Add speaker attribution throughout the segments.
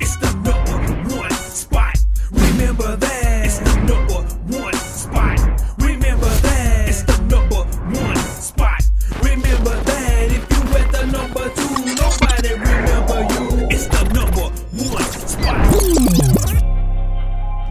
Speaker 1: It's the number one spot. Remember that. It's the number one spot. Remember that. It's the number one spot. Remember that. If you at the number two, nobody remember you. It's the number one spot.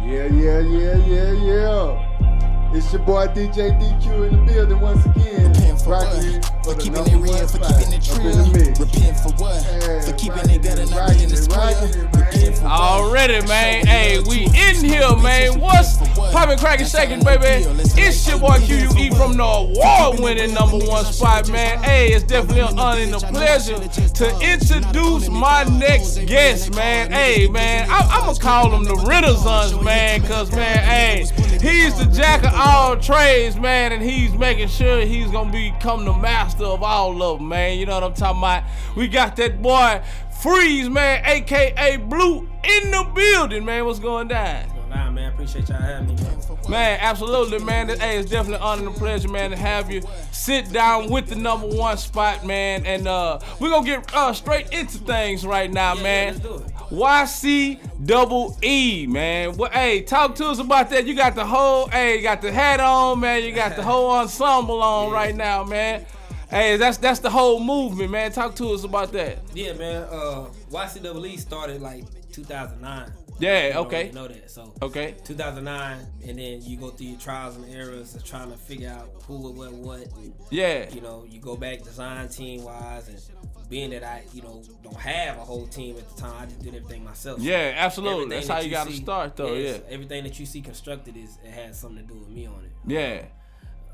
Speaker 2: Yeah, yeah, yeah, yeah, yeah. It's your boy DJ DQ in the building once again.
Speaker 3: Repent for
Speaker 2: Rocking it
Speaker 3: what?
Speaker 2: for
Speaker 3: For
Speaker 2: the
Speaker 3: keeping
Speaker 2: number
Speaker 3: it
Speaker 2: one
Speaker 3: real, for
Speaker 2: spot
Speaker 3: keeping it
Speaker 2: up
Speaker 3: true.
Speaker 2: in the mix.
Speaker 3: Repent for what?
Speaker 2: Yeah,
Speaker 3: For keeping
Speaker 2: rocking
Speaker 3: it good
Speaker 2: it,
Speaker 3: and not
Speaker 2: rocking
Speaker 3: in the
Speaker 2: it,
Speaker 3: square.
Speaker 2: rocking it,
Speaker 3: Repent for what?
Speaker 4: Already, man. Hey, we in here, man. What's poppin', crackin', shakin', baby? It's your boy QUE from the award-winning number one spot, man. Hey, it's definitely an honor and a pleasure to introduce my next guest, man. Hey, man, I- I'ma call him the Renaissance man, cause man, hey, he's the jack of all trades, man, and he's making sure he's gonna become the master of all of them, man. You know what I'm talking about? We got that boy. Freeze, man, aka Blue, in the building, man. What's going down?
Speaker 5: Nah, man, appreciate y'all having me, man.
Speaker 4: Man, absolutely, man. This- Hey, it's definitely an honor and a pleasure, man, to have you sit down with the number one spot, man. And uh, we're gonna get uh, straight into things right now, man.
Speaker 5: let's do it.
Speaker 4: YC double E, man. Well, hey, talk to us about that. You got the whole, hey, you got the hat on, man. You got the whole ensemble on right now, man. Hey, that's that's the whole movement, man. Talk to us about that.
Speaker 5: Yeah, man. Uh, YCWE started like 2009. You
Speaker 4: Yeah,
Speaker 5: know-
Speaker 4: okay,
Speaker 5: You know that. So
Speaker 4: okay.
Speaker 5: 2009, and then you go through your trials and errors of trying to figure out who, what, what, what. and,
Speaker 4: Yeah,
Speaker 5: You know, you go back design team wise, and being that I, you know, don't have a whole team at the time, I just did everything myself. So
Speaker 4: yeah, absolutely.
Speaker 5: everything
Speaker 4: That's how
Speaker 5: that
Speaker 4: you gotta
Speaker 5: see-
Speaker 4: start, though. Yeah.
Speaker 5: so Everything that you see constructed is it has something to do with me on it.
Speaker 4: Yeah.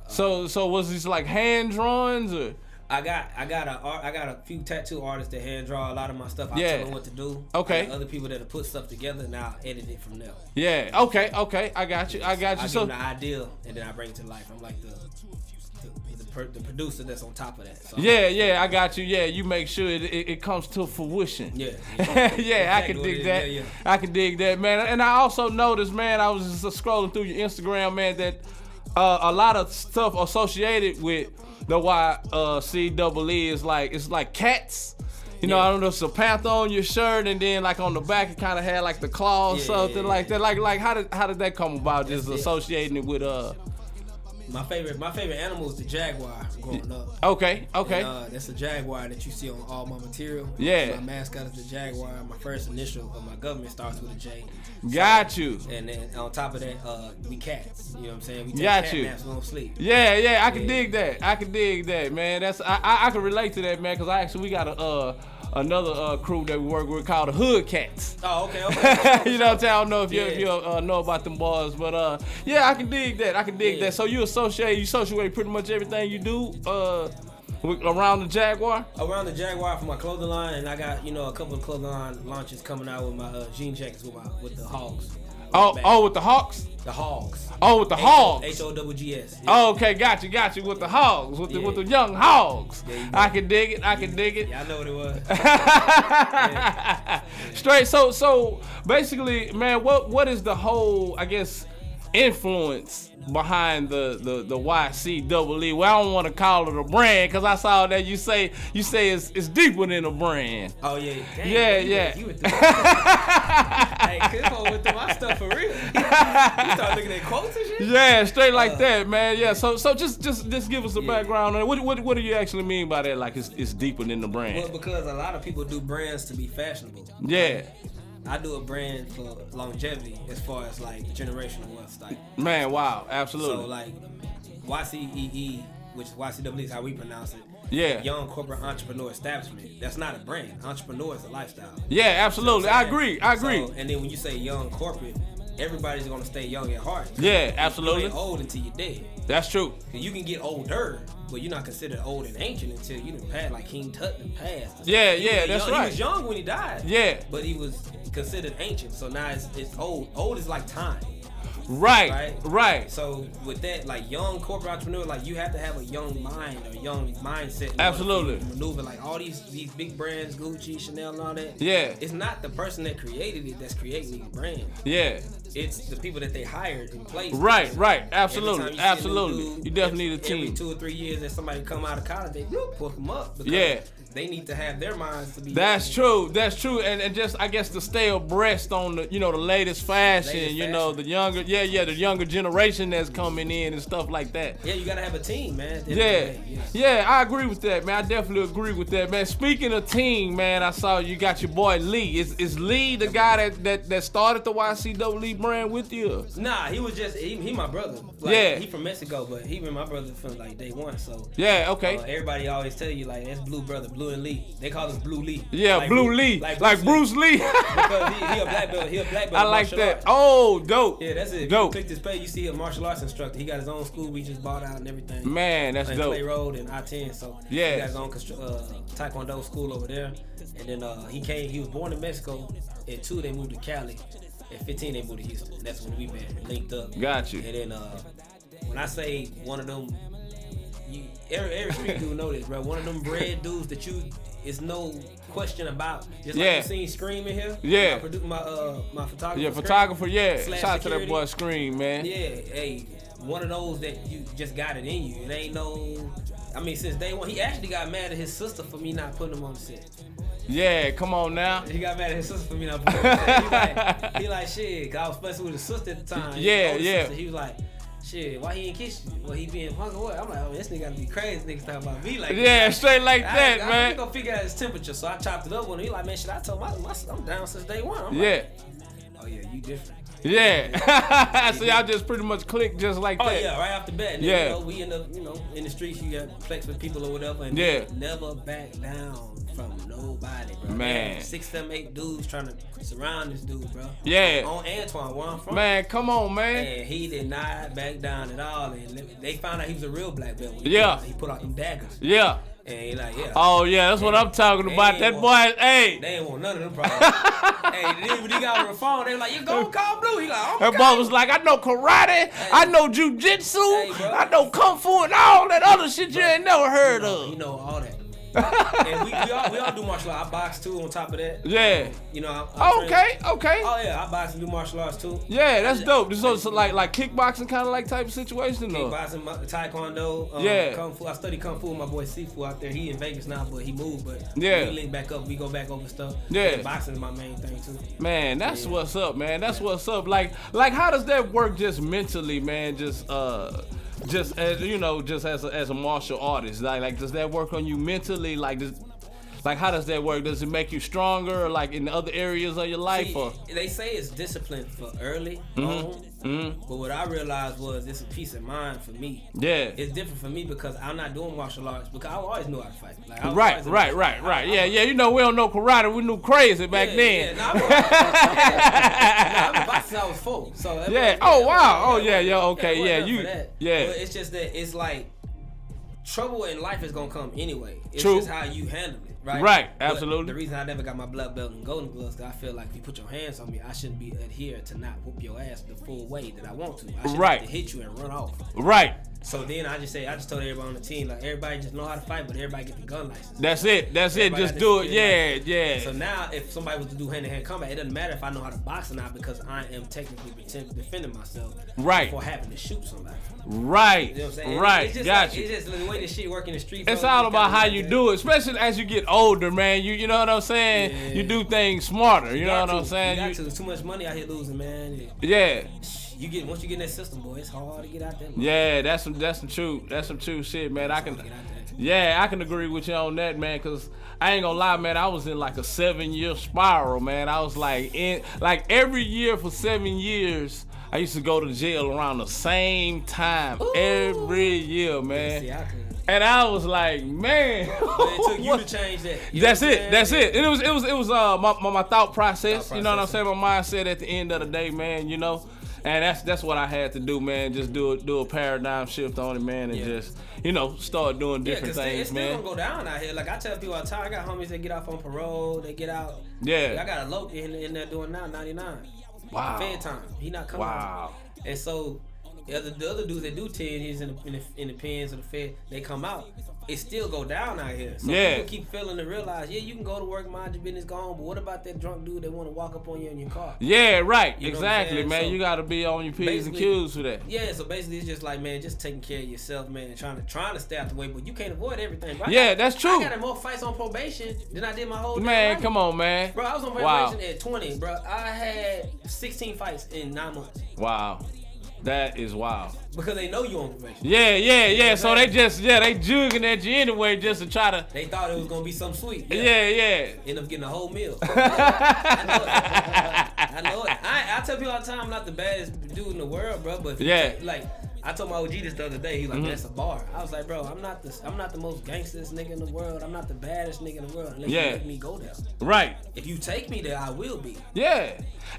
Speaker 4: So so was this like hand drawings or
Speaker 5: I got I got a art- I got a few tattoo artists that hand draw a lot of my stuff. I
Speaker 4: Yeah.
Speaker 5: tell them what to do.
Speaker 4: Okay.
Speaker 5: And other people that have put stuff together and I'll edit it from there.
Speaker 4: yeah, okay, okay, I got you, I got
Speaker 5: I
Speaker 4: you.
Speaker 5: give them
Speaker 4: So
Speaker 5: the idea and then I bring it to life. I'm like the the, the, per, the producer that's on top of that. So
Speaker 4: yeah, yeah, I got you. Yeah, you make sure it, it, it comes to fruition.
Speaker 5: Yeah.
Speaker 4: yeah, I can
Speaker 5: Exactly what it
Speaker 4: dig
Speaker 5: is.
Speaker 4: that.
Speaker 5: Yeah, yeah.
Speaker 4: I can dig that, man. And I also noticed, man, I was just scrolling through your Instagram, man, that uh, a lot of stuff associated with the Y uh, C double E is like it's like cats. You know,
Speaker 5: Yeah.
Speaker 4: I don't know, it's a panther on your shirt, and then like on the back, it kind of had like the claw or
Speaker 5: Yeah,
Speaker 4: something
Speaker 5: yeah,
Speaker 4: like
Speaker 5: yeah.
Speaker 4: that. Like, like how did how did that come about? Just
Speaker 5: it.
Speaker 4: associating it with uh,
Speaker 5: My favorite my favorite animal is the jaguar growing up.
Speaker 4: okay, okay,
Speaker 5: And, uh, that's a jaguar that you see on all my material.
Speaker 4: Yeah.
Speaker 5: My mascot is the jaguar. My first initial of my government starts with a J.
Speaker 4: got you.
Speaker 5: And then on top of that, uh, we cats. You know what I'm saying? We take
Speaker 4: Got
Speaker 5: cat
Speaker 4: you.
Speaker 5: naps, we don't sleep.
Speaker 4: Yeah, yeah, I can
Speaker 5: Yeah.
Speaker 4: dig that. I can dig that, man. That's I, I, I can relate to that, man, because I actually we got a uh another uh crew that we work with called the Hood Cats.
Speaker 5: Oh, okay, okay.
Speaker 4: you know what I'm saying? I don't know if you if
Speaker 5: Yeah.
Speaker 4: you uh, know about them boys, but uh yeah, I can dig that. I can dig
Speaker 5: Yeah.
Speaker 4: that. So you associate you associate pretty much everything you do uh with, around the Jaguar.
Speaker 5: around the Jaguar for my clothing line, and I got you know a couple of clothing line launches coming out with my uh, jean jackets with my with the hogs.
Speaker 4: Oh,
Speaker 5: Back.
Speaker 4: oh, with the Hawks.
Speaker 5: the hogs.
Speaker 4: Oh, with the Hogs.
Speaker 5: H O double G S.
Speaker 4: Oh, okay, got you, got you with the hogs, with the with the young hogs.
Speaker 5: There you go.
Speaker 4: I can dig it, I can dig it.
Speaker 5: Yeah, I know what it was.
Speaker 4: Straight. So so basically, man, what what is the whole I guess influence behind the the the YC double E? Well, I don't want to call it a brand because I saw that you say you say it's it's deeper than a brand.
Speaker 5: Oh yeah, Dang,
Speaker 4: Yeah,
Speaker 5: you went-
Speaker 4: yeah.
Speaker 5: You went through. hey, Cliffo went through my stuff for real. you start looking at quotes and shit.
Speaker 4: Yeah, straight like
Speaker 5: Uh.
Speaker 4: that, man. Yeah. So so just just just give us a background on it. What what what do you actually mean by that? Like it's it's deeper than the
Speaker 5: Well,
Speaker 4: brand.
Speaker 5: because a lot of people do brands to be fashionable.
Speaker 4: Yeah.
Speaker 5: I do a brand for longevity, as far as like generational wealth, like.
Speaker 4: Man, wow, absolutely.
Speaker 5: So like YCEE, E, which YCWE is how we pronounce it.
Speaker 4: Yeah.
Speaker 5: Young corporate entrepreneur establishment. That's not a brand. Entrepreneur is a lifestyle.
Speaker 4: yeah, absolutely. I
Speaker 5: Yeah.
Speaker 4: agree. I
Speaker 5: So,
Speaker 4: agree.
Speaker 5: and then when you say young corporate, everybody's gonna stay young at heart.
Speaker 4: yeah,
Speaker 5: You
Speaker 4: absolutely.
Speaker 5: ain't old until you're dead.
Speaker 4: That's true.
Speaker 5: 'Cause you can get older, but you're not considered old and ancient until you done passed, like King Tut done passed.
Speaker 4: Yeah,
Speaker 5: He
Speaker 4: yeah,
Speaker 5: was
Speaker 4: that's
Speaker 5: young- He
Speaker 4: right.
Speaker 5: was young when he died.
Speaker 4: Yeah.
Speaker 5: But he was considered ancient, so now it's, it's old. Old is like time.
Speaker 4: Right.
Speaker 5: right?
Speaker 4: Right.
Speaker 5: So with that, like young corporate entrepreneur, like you have to have a young mind or young mindset. in order to
Speaker 4: Absolutely.
Speaker 5: Maneuver like all these these big brands, Gucci, Chanel, and all that.
Speaker 4: Yeah.
Speaker 5: It's not the person that created it that's creating these brands.
Speaker 4: Yeah.
Speaker 5: It's the people that they hired and placed.
Speaker 4: Right, right,
Speaker 5: Every time
Speaker 4: absolutely,
Speaker 5: you see a new
Speaker 4: absolutely.
Speaker 5: dude,
Speaker 4: You definitely need a
Speaker 5: every
Speaker 4: team.
Speaker 5: two or three years that somebody come out of college, they whoop, hook them up. Because
Speaker 4: Yeah.
Speaker 5: they need to have their minds to be.
Speaker 4: That's true. That's true. And, and just I guess to stay abreast on the you know the latest fashion,
Speaker 5: Latest
Speaker 4: you know
Speaker 5: fashion.
Speaker 4: the younger yeah yeah the younger generation that's coming in and stuff like that.
Speaker 5: Yeah, you gotta have a team, man. at the end of the
Speaker 4: Yeah,
Speaker 5: day, yeah.
Speaker 4: yeah, I agree with that, man. I definitely agree with that, man. Speaking of team, man, I saw you got your boy Lee. Is is Lee the guy that that, that started the YCW brand with you?
Speaker 5: Nah, he was just he, he my brother. Like,
Speaker 4: Yeah.
Speaker 5: he from Mexico, but he been my brother from like day one. So
Speaker 4: Yeah,
Speaker 5: Uh,
Speaker 4: okay.
Speaker 5: everybody always tell you like that's Blue Brother, Blue and Lee. They call him Blue Lee.
Speaker 4: Yeah,
Speaker 5: Like
Speaker 4: Blue Lee, like, Bruce Lee.
Speaker 5: because he, he a black belt. He a black belt.
Speaker 4: I
Speaker 5: in
Speaker 4: like
Speaker 5: martial
Speaker 4: that.
Speaker 5: arts.
Speaker 4: Oh, dope.
Speaker 5: Yeah, that's it. If You
Speaker 4: Dope.
Speaker 5: click this page, you see a martial arts instructor. He got his own school. We just bought out and everything.
Speaker 4: Man, that's
Speaker 5: and Clay
Speaker 4: dope.
Speaker 5: Road and I ten. So
Speaker 4: Yeah.
Speaker 5: he got his own constru- uh, Taekwondo school over there. And then uh, he came. He was born in Mexico. At two, they moved to Cali. At fifteen, they moved to Houston. That's when we met, linked up.
Speaker 4: Got you.
Speaker 5: And then uh, when I say one of them, you, every, every street dude know this, bro. One of them red dudes that you. It's no question about. Just like
Speaker 4: Yeah.
Speaker 5: you seen Scream in here.
Speaker 4: Yeah.
Speaker 5: My, produ- my, uh, my photographer.
Speaker 4: Yeah,
Speaker 5: Scream.
Speaker 4: photographer. Yeah,
Speaker 5: Slash
Speaker 4: shout out to that
Speaker 5: security.
Speaker 4: boy Scream, man.
Speaker 5: Yeah, hey, one of those that you just got it in you. It ain't no. I mean, since day one, he actually got mad at his sister for me not putting him on the set.
Speaker 4: Yeah, come on now.
Speaker 5: He got mad at his sister for me not putting him on the set. He like, he like shit, 'cause I was messing with his sister at the time. his
Speaker 4: Yeah,
Speaker 5: older
Speaker 4: yeah.
Speaker 5: sister. He was like, shit, why he ain't kiss you? Well, he being punk or what? I'm like, oh, this nigga gotta be crazy. This nigga talking about me like that.
Speaker 4: Yeah, straight like
Speaker 5: I,
Speaker 4: that,
Speaker 5: I,
Speaker 4: man.
Speaker 5: I gonna figure out his temperature, so I chopped it up with him. He like, man, shit, I told my, my I'm down since day one. I'm
Speaker 4: yeah,
Speaker 5: like, oh yeah, you different.
Speaker 4: yeah. so y'all just pretty much click just like
Speaker 5: Oh
Speaker 4: that.
Speaker 5: yeah, right off the bat.
Speaker 4: Yeah.
Speaker 5: yeah. You know, we end up, you know, in the streets, you got flex with people or whatever, and
Speaker 4: Yeah.
Speaker 5: never back down from nobody, bro.
Speaker 4: Man.
Speaker 5: They got six, seven, eight dudes trying to surround this dude, bro.
Speaker 4: Yeah.
Speaker 5: on Antoine, where I'm from.
Speaker 4: Man, come on, man.
Speaker 5: And he did not back down at all, and they- they found out he was a real black belt. when he
Speaker 4: Yeah.
Speaker 5: put out- he put out them daggers,
Speaker 4: Yeah.
Speaker 5: and he like, yeah.
Speaker 4: Oh yeah, that's what I'm talking about. That boy, hey,
Speaker 5: They ain't want none of them problems. hey, then when he got on the phone, they were like, you go call Blue. He like,
Speaker 4: Her
Speaker 5: okay.
Speaker 4: boy was like, I know karate, I know jujitsu,
Speaker 5: Hey, bro.
Speaker 4: I know kung fu, and all that other shit you ain't never heard
Speaker 5: You
Speaker 4: of.
Speaker 5: know all that. and we, we, all, we all do martial arts. I box too on top of that.
Speaker 4: Yeah.
Speaker 5: You know, I, I train-
Speaker 4: Okay, okay.
Speaker 5: Oh yeah, I box and do martial arts too.
Speaker 4: Yeah, that's dope. This is like like kickboxing kind of like type of situation
Speaker 5: Kickboxing,
Speaker 4: though.
Speaker 5: ma- taekwondo, um,
Speaker 4: Yeah.
Speaker 5: kung fu. I study kung fu with my boy Sifu out there. He in Vegas now, but he moved. But
Speaker 4: Yeah.
Speaker 5: we link back up. We go back over stuff.
Speaker 4: Yeah.
Speaker 5: And boxing is my main thing too.
Speaker 4: Man, that's what's up, man. That's what's up. Like like how does that work just mentally, man? Just uh just as you know, just as a, as a martial artist. Like like does that work on you mentally? Like does like how does that work? Does it make you stronger like in other areas of your life
Speaker 5: See,
Speaker 4: or
Speaker 5: They say it's discipline for early
Speaker 4: Mm-hmm.
Speaker 5: on, but what I realized was it's a peace of mind for me.
Speaker 4: Yeah.
Speaker 5: It's different for me because I'm not doing martial arts because I always knew how to fight. Like, I was
Speaker 4: Right,
Speaker 5: always a-
Speaker 4: right, right, right. Yeah, yeah. You know, we don't know karate. We knew crazy back
Speaker 5: Yeah,
Speaker 4: then.
Speaker 5: Yeah, nah, I'm a- nah, I'm a boxer since I was four. So that
Speaker 4: Yeah.
Speaker 5: wasn't-
Speaker 4: Oh, wow. Oh, yeah, yeah,
Speaker 5: it
Speaker 4: okay,
Speaker 5: wasn't
Speaker 4: yeah,
Speaker 5: nothing
Speaker 4: you-
Speaker 5: for that.
Speaker 4: yeah.
Speaker 5: But it's just that it's like trouble in life is gonna come anyway. It's
Speaker 4: True.
Speaker 5: just how you handle it, right?
Speaker 4: Right,
Speaker 5: But
Speaker 4: absolutely.
Speaker 5: the reason I never got my blood belt and golden gloves, cause I feel like if you put your hands on me, I shouldn't be adhered to not whoop your ass the full way that I want to. I should
Speaker 4: Right.
Speaker 5: have to hit you and run off.
Speaker 4: Right.
Speaker 5: So then I just say, I just told everybody on the team, like everybody just know how to fight, but everybody get the gun license.
Speaker 4: That's it. That's it.
Speaker 5: Everybody
Speaker 4: Just
Speaker 5: got
Speaker 4: do
Speaker 5: this
Speaker 4: it.
Speaker 5: shit,
Speaker 4: Yeah, yeah.
Speaker 5: So now, if somebody was to do hand-to-hand combat, it doesn't matter if I know how to box or not because I am technically pretend, defending myself
Speaker 4: Right.
Speaker 5: for having to shoot somebody.
Speaker 4: right.
Speaker 5: You know what I'm saying?
Speaker 4: Right.
Speaker 5: It's just
Speaker 4: Got
Speaker 5: like,
Speaker 4: you.
Speaker 5: It's just the way this shit work in the street.
Speaker 4: It's
Speaker 5: bro,
Speaker 4: all
Speaker 5: you
Speaker 4: about
Speaker 5: gotta
Speaker 4: how
Speaker 5: learn
Speaker 4: you
Speaker 5: that.
Speaker 4: do it, especially as you get older, man. You you know what I'm saying?
Speaker 5: Yeah.
Speaker 4: You do things smarter. You,
Speaker 5: You
Speaker 4: know
Speaker 5: got
Speaker 4: what I'm
Speaker 5: to.
Speaker 4: saying?
Speaker 5: You got
Speaker 4: You-
Speaker 5: to. There's too much money out here losing, man. It-
Speaker 4: yeah.
Speaker 5: You get once you get in that system, boy, it's hard to get out there.
Speaker 4: Yeah, that's some that's some true that's some true shit, man. I can
Speaker 5: Get out there.
Speaker 4: Yeah, I can agree with you on that, man. Cause I ain't gonna lie, man. I was in like a seven-year spiral, man. I was like in like every year for seven years. I used to go to jail around the same time every year,
Speaker 5: See,
Speaker 4: man.
Speaker 5: I could.
Speaker 4: And I was like, man,
Speaker 5: But it took you
Speaker 4: what-
Speaker 5: to change that. You know
Speaker 4: that's
Speaker 5: what I'm
Speaker 4: it.
Speaker 5: saying?
Speaker 4: That's it. And it was it was it was uh my, my, my thought process.
Speaker 5: Thought
Speaker 4: You know what I'm
Speaker 5: process.
Speaker 4: saying? My mindset at the end of the day, man. You know, and that's that's what I had to do, man. Just do a, do a paradigm shift on it, man, and
Speaker 5: Yeah.
Speaker 4: just you know start doing
Speaker 5: Yeah,
Speaker 4: different
Speaker 5: cause it-
Speaker 4: things,
Speaker 5: it's still
Speaker 4: man.
Speaker 5: gonna go down out here. Like I tell people all the time, I got homies that get off on parole, they get out.
Speaker 4: Yeah.
Speaker 5: Like, I got a local in, in there doing now 99.
Speaker 4: Wow.
Speaker 5: Fed time. He not coming.
Speaker 4: Wow.
Speaker 5: out. And so The other, the other dudes that do 10 years in the, in the, in the pens or the fed, they come out. It still go down out here. So
Speaker 4: Yeah.
Speaker 5: people keep failing to realize, yeah, you can go to work, mind your business, go home. But what about that drunk dude that want to walk up on you in your car?
Speaker 4: Yeah, right.
Speaker 5: You know what I'm
Speaker 4: exactly,
Speaker 5: saying?
Speaker 4: man.
Speaker 5: So
Speaker 4: you gotta be on your P's and
Speaker 5: basically-
Speaker 4: Q's for that.
Speaker 5: Yeah, so basically it's just like man, just taking care of yourself, man, and trying to trying to stay out the way, but you can't avoid everything. Bro. I
Speaker 4: Yeah,
Speaker 5: got-
Speaker 4: that's true.
Speaker 5: I got in more fights on probation than I did my whole damn
Speaker 4: Man,
Speaker 5: life.
Speaker 4: come on, man.
Speaker 5: Bro, I was on
Speaker 4: Wow.
Speaker 5: probation at 20, bro. I had 16 fights in nine months
Speaker 4: Wow. That is wild.
Speaker 5: because they know you on probation.
Speaker 4: Yeah, yeah, yeah. So they
Speaker 5: man.
Speaker 4: just yeah, they jugging at you anyway just to try to
Speaker 5: They thought it was gonna be something sweet.
Speaker 4: Yeah, yeah.
Speaker 5: End up getting a whole meal. I know it. I know it. I, I tell people all the time I'm not the baddest dude in the world, bro. But if you
Speaker 4: Yeah. Mm-hmm.
Speaker 5: take- like I told my OG this the other day. He's like, that's a bar. I was like, bro, I'm not the I'm not the most gangstest nigga in the world. I'm not the baddest nigga in the world. Unless
Speaker 4: Yeah.
Speaker 5: you let me go there.
Speaker 4: Right.
Speaker 5: If you take me there, I will be.
Speaker 4: Yeah.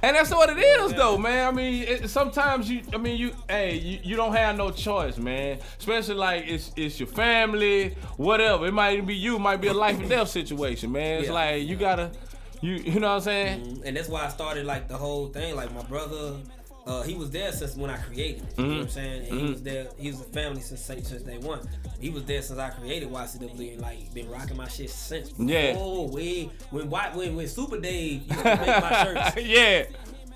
Speaker 4: And that's what it is though, man. I mean, it, sometimes you I mean, you hey, you, you don't have no choice, man. Especially like it's it's your family, whatever. It might be you, it might be a life and death situation, man. It's
Speaker 5: Yeah.
Speaker 4: like you got to you you know what I'm saying?
Speaker 5: Mm-hmm. And that's why I started like the whole thing. Like my brother, uh, he was there since when I created. it. You know what
Speaker 4: Mm-hmm.
Speaker 5: I'm saying? And he was there. He was a family since since day one. He was there since I created YCW and like been rocking my shit since.
Speaker 4: Yeah.
Speaker 5: Oh, way when Wy- when when Super Dave used to make my shirts.
Speaker 4: yeah.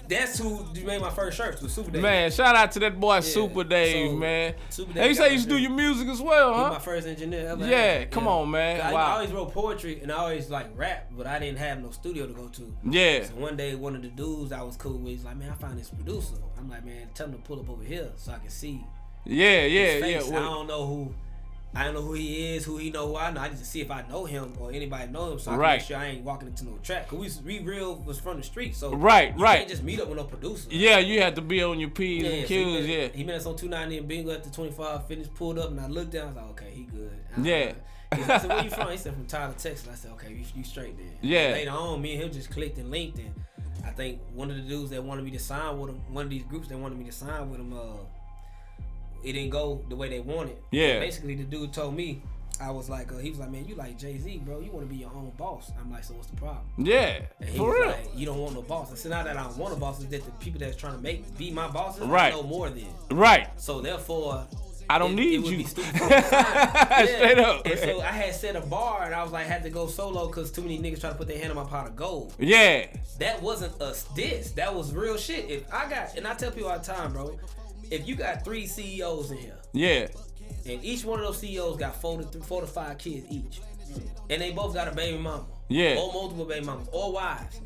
Speaker 5: That's who made my first shirts was Super Dave.
Speaker 4: Man, shout out to that boy Super Dave,
Speaker 5: so,
Speaker 4: man.
Speaker 5: Super
Speaker 4: hey,
Speaker 5: Dave
Speaker 4: you
Speaker 5: got
Speaker 4: say you used to
Speaker 5: my
Speaker 4: do your music as well,
Speaker 5: He
Speaker 4: huh?
Speaker 5: my first engineer ever.
Speaker 4: Yeah, come on, man.
Speaker 5: I,
Speaker 4: Wow.
Speaker 5: I always wrote poetry and I always like rap, but I didn't have no studio to go to.
Speaker 4: Yeah.
Speaker 5: So one day, one of the dudes I was cool with, he's like, "Man, I found this producer." I'm like, "Man, tell him to pull up over here so I can see."
Speaker 4: Yeah, yeah,
Speaker 5: his
Speaker 4: yeah.
Speaker 5: face. I
Speaker 4: well,
Speaker 5: don't know who. I don't know who he is, who he know, who I know. I need to see if I know him or anybody know him, so I can
Speaker 4: Right.
Speaker 5: make sure I ain't walking into no trap. Cause we, was- we real was from the street, so
Speaker 4: Right,
Speaker 5: you
Speaker 4: right.
Speaker 5: Can't just meet up with no producer.
Speaker 4: Yeah, you have to be on your P's and
Speaker 5: so he
Speaker 4: Q's,
Speaker 5: met,
Speaker 4: yeah.
Speaker 5: He met us on 290 and Bingo at the 25 finish, pulled up, and I looked down. I was like, okay, he good. I-
Speaker 4: Yeah.
Speaker 5: He said, I said, where you from? He said, from Tyler, Texas. I said, okay, you, you straight then.
Speaker 4: Yeah.
Speaker 5: Later on, me and him just clicked and linked. And I think one of the dudes that wanted me to sign with him, one of these groups that wanted me to sign with him, uh, it didn't go the way they wanted.
Speaker 4: Yeah.
Speaker 5: Basically, the dude told me, I was like, uh, he was like, man, you like Jay Z, bro. You want to be your own boss. I'm like, so what's the problem?
Speaker 4: Yeah,
Speaker 5: And he
Speaker 4: for
Speaker 5: was
Speaker 4: real.
Speaker 5: like, you don't want no boss. I said, not that I don't want a boss, it's that the people that's trying to make be my bosses, I
Speaker 4: Right.
Speaker 5: know more than.
Speaker 4: right.
Speaker 5: So therefore,
Speaker 4: I don't
Speaker 5: it-
Speaker 4: need
Speaker 5: it would
Speaker 4: you.
Speaker 5: Be stupid for me to sign.
Speaker 4: Straight
Speaker 5: Yeah.
Speaker 4: up.
Speaker 5: And so I had set a bar, and I was like, had to go solo because too many niggas try to put their hand in my pot of gold.
Speaker 4: yeah,
Speaker 5: That wasn't a diss. That was real shit. If I got, and I tell people all the time, bro, if you got three CEOs in here,
Speaker 4: yeah,
Speaker 5: and each one of those CEOs got four to three, four to five kids each, and they both got a baby mama,
Speaker 4: Yeah.
Speaker 5: or multiple baby mamas, or wives.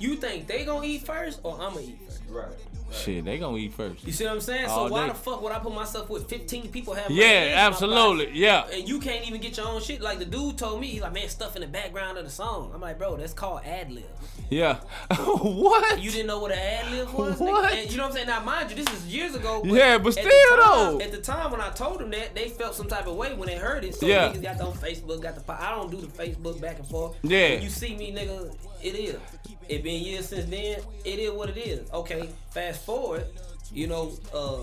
Speaker 5: You think they gonna eat first, or I'ma eat first?
Speaker 2: Right.
Speaker 4: Shit, they gonna eat first.
Speaker 5: You see what I'm saying? So
Speaker 4: All
Speaker 5: why
Speaker 4: day.
Speaker 5: the fuck would I put myself with 15 people having my hands
Speaker 4: Yeah,
Speaker 5: in my
Speaker 4: absolutely.
Speaker 5: pocket?
Speaker 4: Yeah,
Speaker 5: And you can't even get your own shit. Like the dude told me, he's like, man, stuff in the background of the song. I'm like, bro, that's called ad lib.
Speaker 4: yeah. what?
Speaker 5: You didn't know what an ad lib was? nigga?
Speaker 4: What?
Speaker 5: And you know what I'm saying? Now, mind you, this is years ago.
Speaker 4: Yeah, but
Speaker 5: at the
Speaker 4: still,
Speaker 5: time-
Speaker 4: though.
Speaker 5: At the time when I told them that, they felt some type of way when they heard it. So
Speaker 4: Yeah.
Speaker 5: niggas got their own Facebook, got the. po- I don't do the Facebook back and forth.
Speaker 4: Yeah.
Speaker 5: When you see me, nigga, it is. It been years since then. It is what it is. Okay, fast forward. You know, uh,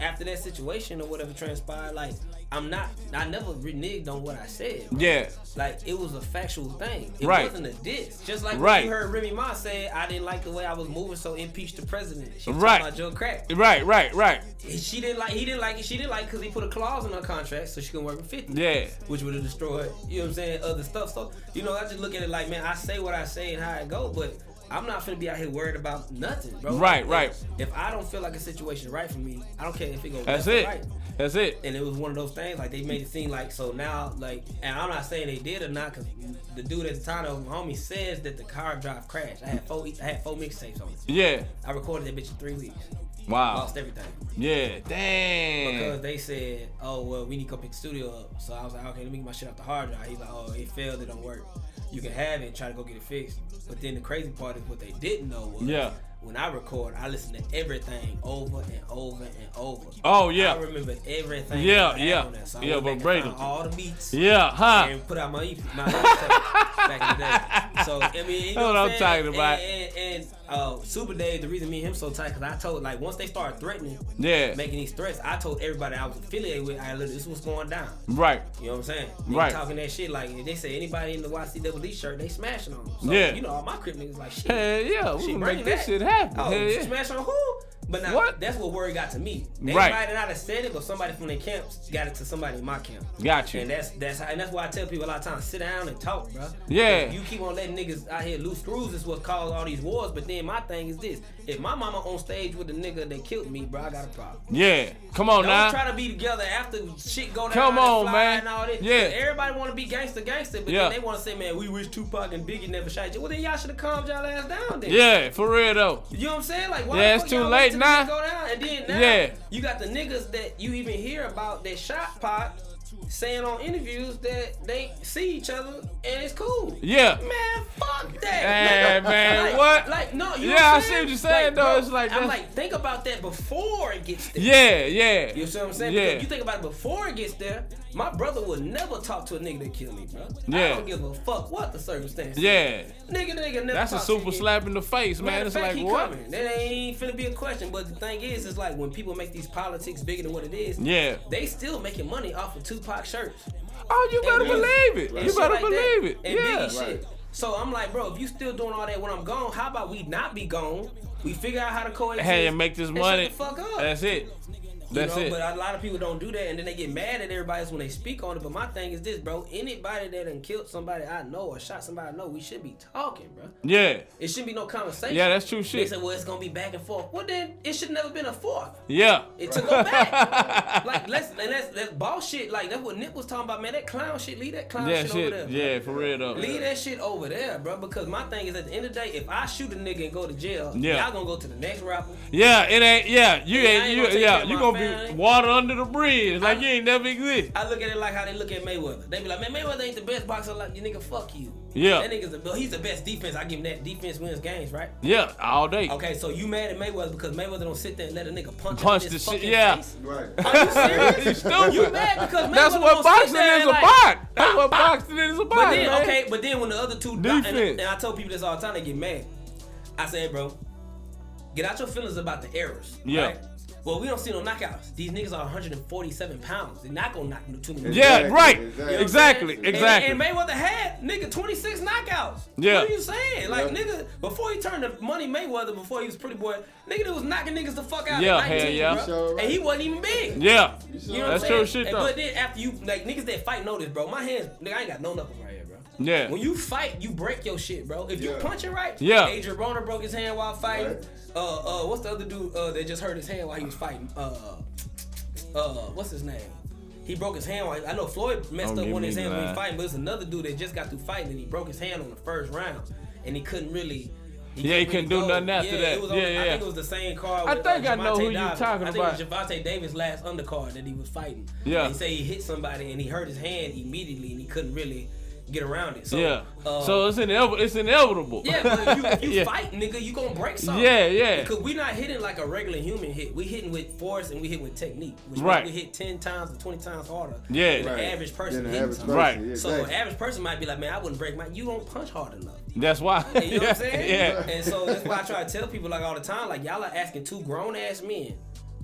Speaker 5: after that situation or whatever transpired, like I'm not. I never reneged on what I said.
Speaker 4: yeah,
Speaker 5: Like it was a factual thing. It
Speaker 4: Right.
Speaker 5: wasn't a diss. Just like
Speaker 4: Right.
Speaker 5: when you heard Remy Ma say, "I didn't like the way I was moving, so impeach the president." She was
Speaker 4: Right.
Speaker 5: talking about Joe Crack.
Speaker 4: right, right, right.
Speaker 5: She didn't like. He didn't like it. She didn't like because he put a clause in her contract so she couldn't work with fifty.
Speaker 4: Yeah.
Speaker 5: Which would have destroyed. You know what I'm saying? Other stuff. So you know, I just look at it like, man, I say what I say and how it go, but. I'm not finna be out here worried about nothing, bro.
Speaker 4: Right,
Speaker 5: If-
Speaker 4: right.
Speaker 5: If I don't feel like a situation right for me, I don't care if it goes
Speaker 4: That's
Speaker 5: left or
Speaker 4: it.
Speaker 5: right
Speaker 4: That's it.
Speaker 5: and it was one of those things like they made it seem like so now like and I'm not saying they did or not because the dude at the time of my homie says that the car drive crashed. I had four I had four mixtapes on it.
Speaker 4: Yeah.
Speaker 5: I recorded that bitch in three weeks.
Speaker 4: Wow.
Speaker 5: Lost everything
Speaker 4: Yeah.
Speaker 5: because
Speaker 4: Damn.
Speaker 5: they said, "Oh well, we need to go pick the studio up." So I was like, "Okay, let me get my shit off the hard drive." He's like, "Oh, it failed. It don't work. You can have it and try to go get it fixed." But then the crazy part is what they didn't know was
Speaker 4: Yeah.
Speaker 5: when I record, I listen to everything over and over and over.
Speaker 4: Oh, yeah.
Speaker 5: I remember everything.
Speaker 4: Yeah,
Speaker 5: that I had
Speaker 4: yeah.
Speaker 5: on there. So I
Speaker 4: Yeah,
Speaker 5: went
Speaker 4: but
Speaker 5: back and
Speaker 4: Brady-
Speaker 5: found all the beats.
Speaker 4: Yeah. Huh.
Speaker 5: And put out my EP, my mixtape back in the day. So I mean, you know
Speaker 4: That's what I'm
Speaker 5: saying?
Speaker 4: talking about.
Speaker 5: And, and, and uh, Super Dave, the reason me and him so tight, cause I told like once they started threatening,
Speaker 4: Yeah.
Speaker 5: making these threats, I told everybody I was affiliated with, I literally, this was going down.
Speaker 4: Right.
Speaker 5: You know what I'm saying? They
Speaker 4: Right.
Speaker 5: Talking that shit like if they say anybody in the YCWD shirt, they smashing on them. So,
Speaker 4: Yeah.
Speaker 5: You know, all my crip niggas like shit.
Speaker 4: Hell yeah. We
Speaker 5: She
Speaker 4: gonna
Speaker 5: bring
Speaker 4: make this
Speaker 5: that.
Speaker 4: shit happen.
Speaker 5: Oh,
Speaker 4: Hell yeah.
Speaker 5: smash on who? But now
Speaker 4: What?
Speaker 5: that's what word got to me. They
Speaker 4: Right.
Speaker 5: might not have said it, but somebody from their camp got it to somebody in my camp.
Speaker 4: Got you.
Speaker 5: And that's that's how, and that's why I tell people a lot of times, sit down and talk, bro.
Speaker 4: Yeah.
Speaker 5: You keep on letting niggas out here loose screws is what caused all these wars. But then my thing is this: if my mama on stage with a nigga that killed me, bro, I got a problem.
Speaker 4: Yeah. Come on
Speaker 5: Don't
Speaker 4: now.
Speaker 5: try to be together after shit go down.
Speaker 4: Come
Speaker 5: and
Speaker 4: on,
Speaker 5: fly
Speaker 4: man.
Speaker 5: And all this.
Speaker 4: Yeah.
Speaker 5: Everybody want to be gangster, gangster, but
Speaker 4: Yeah.
Speaker 5: then they want to say, man, we wish Tupac and Biggie never shot you. Well, then y'all should have calmed y'all ass down then.
Speaker 4: yeah, for real though.
Speaker 5: You know what I'm saying? Like, why
Speaker 4: Yeah,
Speaker 5: the
Speaker 4: it's
Speaker 5: fuck
Speaker 4: too
Speaker 5: y'all
Speaker 4: late
Speaker 5: wait till
Speaker 4: now.
Speaker 5: this Go down? And then now,
Speaker 4: Yeah.
Speaker 5: you got the niggas that you even hear about that shot pot saying on interviews that they see each other and it's cool.
Speaker 4: Yeah.
Speaker 5: Man, fuck that.
Speaker 4: Hey,
Speaker 5: nigga.
Speaker 4: man,
Speaker 5: like,
Speaker 4: what?
Speaker 5: Like, no, you know
Speaker 4: Yeah, I
Speaker 5: I'm
Speaker 4: see what you're saying,
Speaker 5: Like,
Speaker 4: though.
Speaker 5: bro,
Speaker 4: It's like
Speaker 5: I'm
Speaker 4: that's-
Speaker 5: like, think about that before it gets there.
Speaker 4: Yeah, yeah.
Speaker 5: You see what I'm saying?
Speaker 4: Yeah.
Speaker 5: Because if you think about it before it gets there, my brother would never talk to a nigga that killed me, bro. I
Speaker 4: Yeah.
Speaker 5: don't give a fuck what the circumstance.
Speaker 4: yeah.
Speaker 5: Nigga, nigga, never
Speaker 4: That's a
Speaker 5: talk to you
Speaker 4: super
Speaker 5: again.
Speaker 4: slap in the face, man.
Speaker 5: Matter of
Speaker 4: It's
Speaker 5: fact,
Speaker 4: like
Speaker 5: he
Speaker 4: what?
Speaker 5: coming. That ain't finna be a question. But the thing is, it's like when people make these politics bigger than what it is.
Speaker 4: Yeah.
Speaker 5: They still making money off of Tupac shirts.
Speaker 4: Oh, you better
Speaker 5: And music.
Speaker 4: believe it.
Speaker 5: And
Speaker 4: You
Speaker 5: shit
Speaker 4: better
Speaker 5: like that.
Speaker 4: believe it.
Speaker 5: And
Speaker 4: Yeah.
Speaker 5: Biggie shit. So I'm like, bro, if you still doing all that when I'm gone, how about we not be gone? We figure out how to coexist.
Speaker 4: Hey, and make this
Speaker 5: and
Speaker 4: money.
Speaker 5: Shut the fuck up.
Speaker 4: That's it. That's
Speaker 5: you know,
Speaker 4: it.
Speaker 5: But a lot of people don't do that, and then they get mad at everybody else when they speak on it. But my thing is this, bro: anybody that done killed somebody I know or shot somebody I know, we should be talking, bro.
Speaker 4: yeah.
Speaker 5: It shouldn't be no conversation.
Speaker 4: Yeah, that's true
Speaker 5: They
Speaker 4: shit.
Speaker 5: said, well, it's gonna be back and forth. Well, then it should never been a fourth.
Speaker 4: Yeah.
Speaker 5: It took them back. like let's and that's that's ball shit. Like that's what Nick was talking about, man. That clown shit. Leave that clown
Speaker 4: Yeah,
Speaker 5: shit, over
Speaker 4: shit.
Speaker 5: there.
Speaker 4: Yeah, for real though.
Speaker 5: Leave that shit over there, bro. Because my thing is, at the end of the day, if I shoot a nigga and go to jail,
Speaker 4: Yeah.
Speaker 5: y'all gonna go to the next rapper.
Speaker 4: Yeah, it ain't. Yeah, you
Speaker 5: Yeah, I
Speaker 4: ain't.
Speaker 5: ain't
Speaker 4: You
Speaker 5: gonna take
Speaker 4: yeah,
Speaker 5: care of
Speaker 4: you
Speaker 5: my
Speaker 4: gonna be
Speaker 5: family.
Speaker 4: water under the bridge like you ain't never exist.
Speaker 5: I look at it like how they look at Mayweather. They be like, man, Mayweather ain't the best boxer. Like, you nigga, fuck you.
Speaker 4: Yeah.
Speaker 5: That nigga's the best. He's the best defense. I give him that. Defense wins games, right?
Speaker 4: Yeah, all day.
Speaker 5: Okay, so you mad at Mayweather because Mayweather don't sit there and let a nigga punch, him
Speaker 4: Punch
Speaker 5: in
Speaker 4: the
Speaker 5: his
Speaker 4: shit-
Speaker 5: fucking
Speaker 4: yeah.
Speaker 5: face?
Speaker 2: Right.
Speaker 5: Are you serious?
Speaker 4: You stupid.
Speaker 5: You mad because Mayweather
Speaker 4: That's what
Speaker 5: gonna sit
Speaker 4: boxing
Speaker 5: there
Speaker 4: is
Speaker 5: and like-
Speaker 4: about. That's what boxing is about.
Speaker 5: But then,
Speaker 4: man.
Speaker 5: okay, but then when the other two do- and,
Speaker 4: Defense.
Speaker 5: and I tell people this all the time, they get mad. I say, hey, bro, get out your feelings about the errors.
Speaker 4: Yeah.
Speaker 5: right? Well, we don't see no knockouts. These niggas are 147 pounds. They're not gonna knock too many.
Speaker 4: Yeah,
Speaker 2: Exactly,
Speaker 4: right.
Speaker 2: exactly.
Speaker 4: Exactly,
Speaker 5: And-
Speaker 4: exactly.
Speaker 5: And, Mayweather had nigga 26 knockouts.
Speaker 4: Yeah.
Speaker 5: What are you saying? Like
Speaker 2: Yeah.
Speaker 5: nigga, before he turned to Money Mayweather, before he was Pretty Boy, nigga that was knocking niggas the fuck out.
Speaker 4: Yeah,
Speaker 5: at
Speaker 4: hell
Speaker 5: 19,
Speaker 4: yeah.
Speaker 5: bruh.
Speaker 2: Sure right.
Speaker 5: And he wasn't even big.
Speaker 4: yeah,
Speaker 5: You know
Speaker 4: that's
Speaker 5: what I'm
Speaker 4: true
Speaker 5: saying?
Speaker 4: shit
Speaker 5: And-
Speaker 4: though.
Speaker 5: But then after you, like niggas that fight know this, bro. My hands, nigga, I ain't got no knuckles right here, bro.
Speaker 4: Yeah.
Speaker 5: When you fight, you break your shit, bro. If you
Speaker 2: Yeah.
Speaker 5: punch it right,
Speaker 4: Yeah.
Speaker 5: Adrian Broner broke his hand while fighting.
Speaker 2: Right.
Speaker 5: Uh, uh, what's the other dude uh, that just hurt his hand while he was fighting? Uh, uh, what's his name? He broke his hand. While, I know Floyd messed
Speaker 4: Don't
Speaker 5: up
Speaker 4: give
Speaker 5: one of his
Speaker 4: me
Speaker 5: hands when
Speaker 4: that.
Speaker 5: he fighting, but it's another dude that just got through fighting and he broke his hand on the first round, and he couldn't really.
Speaker 4: Yeah, he couldn't do
Speaker 5: go.
Speaker 4: nothing after
Speaker 5: yeah,
Speaker 4: that.
Speaker 5: It was
Speaker 4: Yeah,
Speaker 5: on,
Speaker 4: yeah.
Speaker 5: I think it was the same card.
Speaker 4: I
Speaker 5: with,
Speaker 4: think
Speaker 5: uh,
Speaker 4: I know
Speaker 5: Javonte
Speaker 4: who you
Speaker 5: Davis.
Speaker 4: talking
Speaker 5: I think it was
Speaker 4: about.
Speaker 5: Javante Davis' last undercard that he was fighting.
Speaker 4: Yeah.
Speaker 5: They say he hit somebody and he hurt his hand immediately and he couldn't really get around it. So,
Speaker 4: yeah,
Speaker 5: uh,
Speaker 4: so it's inevitable. It's inevitable.
Speaker 5: yeah, but if you, if you
Speaker 4: Yeah.
Speaker 5: fight, nigga, you gonna break something.
Speaker 4: Yeah, yeah.
Speaker 5: Because we not hitting like a regular human hit. We hitting with force and we hit with technique. Which means
Speaker 4: Right.
Speaker 5: We hit ten times or twenty times harder.
Speaker 4: Yeah.
Speaker 5: Than
Speaker 4: Right.
Speaker 5: the average person.
Speaker 2: Than the
Speaker 5: hitting
Speaker 2: average
Speaker 5: something.
Speaker 4: Right.
Speaker 2: person, yeah,
Speaker 5: So
Speaker 2: exactly.
Speaker 5: an average person might be like, man, I wouldn't break my. You don't punch hard enough.
Speaker 4: that's why.
Speaker 5: You know what I'm saying?
Speaker 4: yeah,
Speaker 5: And so that's why I try to tell people like all the time, like y'all are asking two grown ass men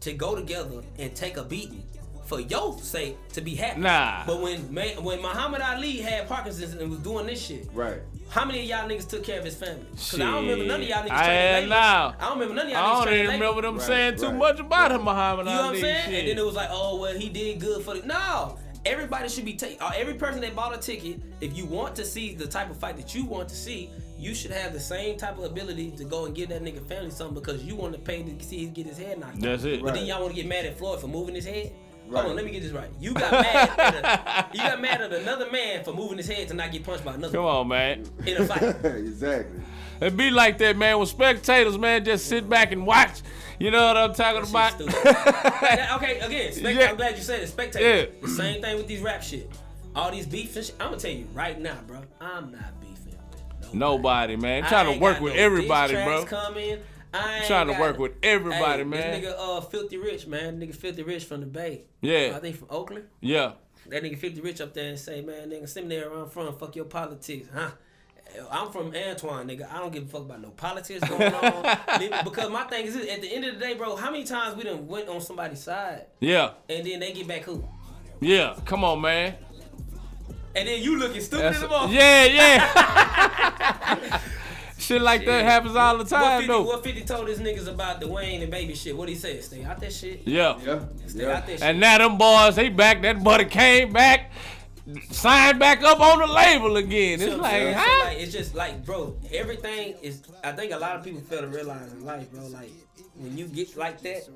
Speaker 5: to go together and take a beating for your sake to be happy.
Speaker 4: Nah.
Speaker 5: But when Ma- when Muhammad Ali had Parkinson's and was doing this shit,
Speaker 2: Right.
Speaker 5: how many of y'all niggas took care of his family? Cause I don't remember none of y'all
Speaker 4: Shit.
Speaker 5: niggas training
Speaker 4: I-
Speaker 5: labor.
Speaker 4: nah.
Speaker 5: I don't remember none of y'all
Speaker 4: I
Speaker 5: niggas
Speaker 4: don't even
Speaker 5: training labor.
Speaker 4: remember them
Speaker 2: Right,
Speaker 4: saying too
Speaker 2: right.
Speaker 4: much about him, Muhammad
Speaker 5: You know what I'm
Speaker 4: Ali.
Speaker 5: saying?
Speaker 4: Shit.
Speaker 5: And then it was like, oh well, he did good for the no. Everybody should be taking. Every person that bought a ticket, if you want to see the type of fight that you want to see, you should have the same type of ability to go and give that nigga family something because you want to pay to see him get his head knocked.
Speaker 4: That's
Speaker 5: off.
Speaker 4: it.
Speaker 5: But then
Speaker 2: Right.
Speaker 5: y'all want to get mad at Floyd for moving his head.
Speaker 2: Right.
Speaker 5: Hold on, let me get this right. You got mad. at a, you got mad at another man for moving his head to not get punched by another
Speaker 4: Come on, man.
Speaker 5: in a fight.
Speaker 2: exactly.
Speaker 4: It be like that, man. With spectators, man, just sit back and watch. You know what I'm talking
Speaker 5: Shit's
Speaker 4: about?
Speaker 5: stupid. That- okay, again, spect-
Speaker 4: Yeah.
Speaker 5: I'm glad you said it. Spectator.
Speaker 4: Yeah.
Speaker 5: The Same thing with these rap shit. All these beef and shit. I'm gonna tell you right now, bro. I'm not beefing with
Speaker 4: Nobody,
Speaker 5: nobody.
Speaker 4: man. Trying to work with everybody, bro.
Speaker 5: Coming. I ain't
Speaker 4: Trying to
Speaker 5: got
Speaker 4: work
Speaker 5: no-
Speaker 4: with everybody,
Speaker 5: Hey,
Speaker 4: man.
Speaker 5: This nigga, uh, filthy rich, man. Nigga, filthy rich from the Bay. Oh,
Speaker 4: Yeah.
Speaker 5: I think from Oakland.
Speaker 4: Yeah.
Speaker 5: That nigga 50 Rich up there and say, man, nigga, send me there where I'm from. Fuck your politics, huh? I'm from Antoine, nigga. I don't give a fuck about no politics going on. Nigga, because my thing is, this, at the end of the day, bro, how many times we done went on somebody's side
Speaker 4: Yeah.
Speaker 5: and then they get back who?
Speaker 4: Yeah. Come on, man.
Speaker 5: And then you looking stupid
Speaker 4: That's
Speaker 5: as a motherfucker.
Speaker 4: yeah, yeah. Shit like that happens all the
Speaker 5: What
Speaker 4: time
Speaker 5: 50,
Speaker 4: though.
Speaker 5: what 50 told his niggas about the Wayne and baby shit? What he said? Stay out that shit.
Speaker 4: Yeah.
Speaker 2: Yeah,
Speaker 5: Stay
Speaker 2: yeah.
Speaker 5: out that shit.
Speaker 4: And now them boys, they back. That butter came back, signed back up on the label again. It's
Speaker 5: So-
Speaker 4: like,
Speaker 5: so,
Speaker 4: huh?
Speaker 5: like, it's just like, bro, everything is. I think a lot of people fail to realize in life, bro. Like, when you get like that,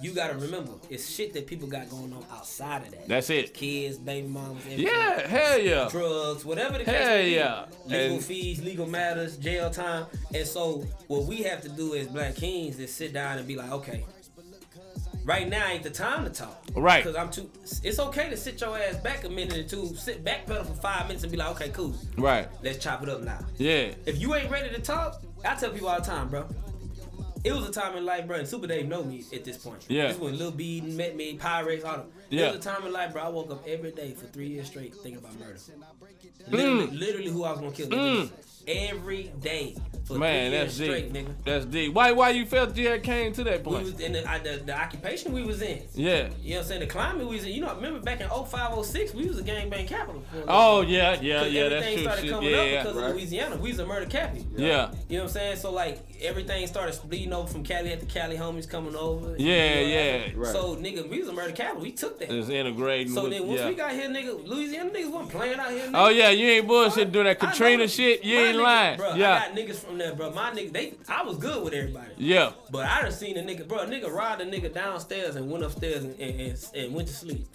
Speaker 5: you gotta remember it's shit that people got going on outside of that.
Speaker 4: That's it.
Speaker 5: Kids, baby mamas, everything.
Speaker 4: Yeah, hell yeah.
Speaker 5: Drugs, whatever the case.
Speaker 4: Hell
Speaker 5: may be.
Speaker 4: yeah.
Speaker 5: Legal
Speaker 4: And-
Speaker 5: fees, legal matters, jail time, and so what we have to do as black kings is sit down and be like, okay, right now ain't the time to talk.
Speaker 4: Right.
Speaker 5: Because I'm too. It's okay to sit your ass back a minute or two, sit back pedal for five minutes and be like, okay, cool.
Speaker 4: Right.
Speaker 5: Let's chop it up now.
Speaker 4: Yeah.
Speaker 5: If you ain't ready to talk, I tell people all the time, bro. It was a time in life, bro, and Super Dave know me at this point.
Speaker 4: Yeah.
Speaker 5: This is when Lil B met me, Pyrex, all them.
Speaker 4: Yeah.
Speaker 5: It was a time in life, bro. I woke up every day for three years straight thinking about murder.
Speaker 4: Mm.
Speaker 5: Literally, literally who I was gonna kill. nigga. Every day for
Speaker 4: Man,
Speaker 5: three
Speaker 4: that's
Speaker 5: years straight,
Speaker 4: deep.
Speaker 5: nigga.
Speaker 4: That's deep. Why? Why you felt you had came to that
Speaker 5: We
Speaker 4: point?
Speaker 5: was in the, I, the, the occupation we was in.
Speaker 4: Yeah.
Speaker 5: You know what I'm saying? The climate we was in. You know, remember back in 05, 06, we was a gangbang capital. for a little
Speaker 4: Oh yeah, yeah,
Speaker 5: Cause
Speaker 4: yeah. That's
Speaker 5: everything
Speaker 4: true.
Speaker 5: started
Speaker 4: Shit.
Speaker 5: coming
Speaker 4: Yeah,
Speaker 5: up
Speaker 4: yeah.
Speaker 5: because
Speaker 2: Right.
Speaker 5: of Louisiana. We was a murder capital.
Speaker 4: Yeah.
Speaker 5: You know what I'm saying? So like everything started bleeding over from Cali. Had the Cali homies coming over.
Speaker 4: Yeah,
Speaker 5: You know what I mean?
Speaker 4: yeah.
Speaker 2: Right.
Speaker 5: So nigga, we was a murder capital. We took that.
Speaker 4: It's integrating.
Speaker 5: so
Speaker 4: with,
Speaker 5: then once
Speaker 4: yeah.
Speaker 5: we got here, nigga, Louisiana niggas wasn't playing out here. Nigga.
Speaker 4: Oh yeah, you ain't bullshit doing that
Speaker 5: I know
Speaker 4: Katrina
Speaker 5: that-
Speaker 4: shit. You
Speaker 5: my
Speaker 4: ain't
Speaker 5: niggas-
Speaker 4: lying.
Speaker 5: Bro,
Speaker 4: yeah.
Speaker 5: I got niggas from there, bro. My nigga, they, I was good with everybody.
Speaker 4: Yeah.
Speaker 5: But I done seen a nigga, bro. A nigga ride a nigga downstairs and went upstairs and, and, and, and went to sleep.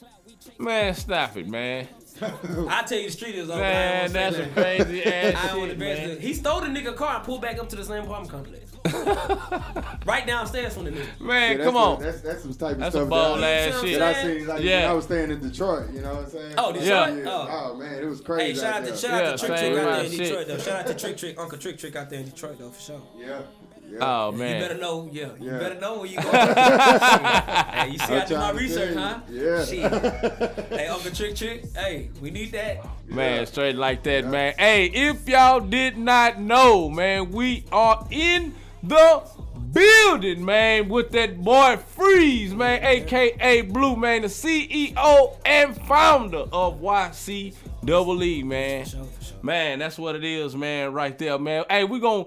Speaker 4: Man, stop it, man.
Speaker 5: I tell you, the street is over. I
Speaker 4: Man,
Speaker 5: ain't wanna say
Speaker 4: that's
Speaker 5: that.
Speaker 4: a crazy
Speaker 5: I
Speaker 4: ass
Speaker 5: don't
Speaker 4: shit,
Speaker 5: embarrass
Speaker 4: man.
Speaker 5: the- He stole the nigga car and pulled back up to the same apartment complex. right downstairs from the nigga.
Speaker 4: Man,
Speaker 2: Yeah,
Speaker 4: come
Speaker 2: that's
Speaker 4: on.
Speaker 2: a- that's that's some type of
Speaker 4: That's a
Speaker 2: stuff
Speaker 4: bold
Speaker 2: that,
Speaker 4: ass
Speaker 5: You
Speaker 2: I,
Speaker 5: see
Speaker 4: shit.
Speaker 5: what
Speaker 2: that
Speaker 5: I'm
Speaker 2: I seen like
Speaker 4: Yeah.
Speaker 2: when I was staying in Detroit. You know what I'm saying?
Speaker 5: Oh, Detroit?
Speaker 2: Oh.
Speaker 5: Oh.
Speaker 2: man, it was
Speaker 5: Hey,
Speaker 2: crazy.
Speaker 5: shout out
Speaker 2: there.
Speaker 5: to shout out
Speaker 4: Yeah,
Speaker 5: to
Speaker 4: same
Speaker 5: Trick Trick out there in
Speaker 4: amount of
Speaker 5: Detroit
Speaker 4: shit.
Speaker 5: though. Shout out to Trick Trick, Uncle Trick Trick out there in Detroit though for sure.
Speaker 2: Yeah, yeah.
Speaker 4: Oh
Speaker 5: You
Speaker 4: man.
Speaker 5: better know, yeah. You
Speaker 2: Yeah.
Speaker 5: better know where you go. hey, you see,
Speaker 2: I'm
Speaker 5: I did my
Speaker 2: trying to
Speaker 5: research, huh?
Speaker 2: tell you. Yeah.
Speaker 5: Shit. hey, Uncle Trick Trick. Hey, we need that.
Speaker 4: Man,
Speaker 2: Yeah.
Speaker 4: straight like that, man. Hey, if y'all did not know, man, we are in the building, man, with that boy Freeze, man, aka Blue, man, the CEO and founder of YCEE, E, man.
Speaker 5: For sure, for sure.
Speaker 4: Man, that's what it is, man, right there, man. Hey, we gon'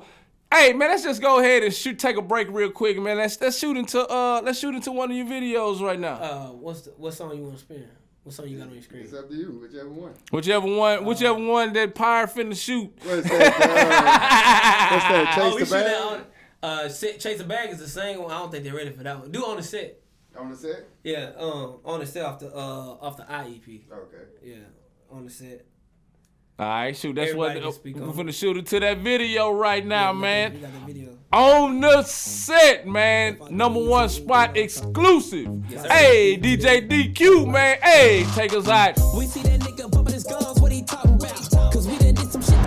Speaker 4: Hey man, let's just go ahead and shoot take a break real quick, man. Let's let's shoot into uh let's shoot into one of your videos right now.
Speaker 5: Uh, what's the, what song you want to spin? What song you got on your screen?
Speaker 2: It's up to you, whichever one.
Speaker 4: Whichever
Speaker 5: uh,
Speaker 4: one whichever one that Pyre finna shoot.
Speaker 2: What's that? uh, what's that? Chase
Speaker 5: oh, we
Speaker 2: the
Speaker 5: should that
Speaker 2: bag
Speaker 5: on. Uh, sit, chase the bag is the same one. I don't think they're ready for that one. Do on the set.
Speaker 2: on the set.
Speaker 5: Yeah, um, on the set off the uh off the IEP.
Speaker 2: Okay.
Speaker 5: Yeah, on the set.
Speaker 4: All right, shoot. That's
Speaker 5: Everybody can
Speaker 4: what
Speaker 5: speak
Speaker 4: we're
Speaker 5: on
Speaker 4: finna shoot it to that video right now,
Speaker 5: You
Speaker 4: man.
Speaker 5: got the video.
Speaker 4: On the set, man. Number one spot exclusive. Hey, DJ DQ, man. Hey, take us out.
Speaker 3: We see that nigga bumping his guns, what he talking about? Cause we done did some shit.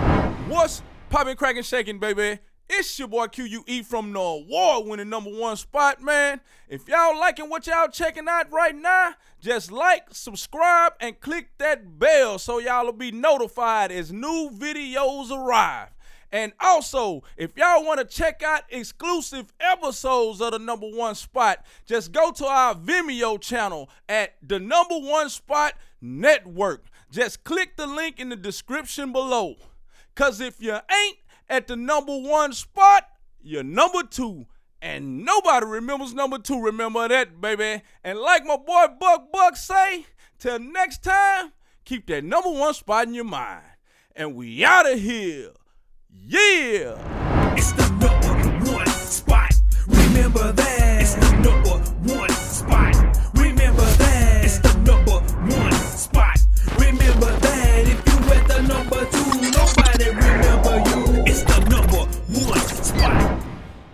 Speaker 4: What's poppin', crackin', shakin', baby? It's your boy QUE from the award winning number one spot, man. If y'all liking what y'all checking out right now, just like, subscribe, and click that bell so y'all will be notified as new videos arrive. And also, if y'all want to check out exclusive episodes of the number one spot, just go to our Vimeo channel at the number one spot network. Just click the link in the description below. Cause if you ain't at the number one spot, you're number two. And nobody remembers number two. Remember that, baby. And like my boy Buck Buck say, till next time, keep that number one spot in your mind. And we out of here. Yeah.
Speaker 1: It's the number one spot. Remember that. It's the number one spot. Remember that. It's the number one spot. Remember that. If you at the number two, nobody remember you. It's the number one spot.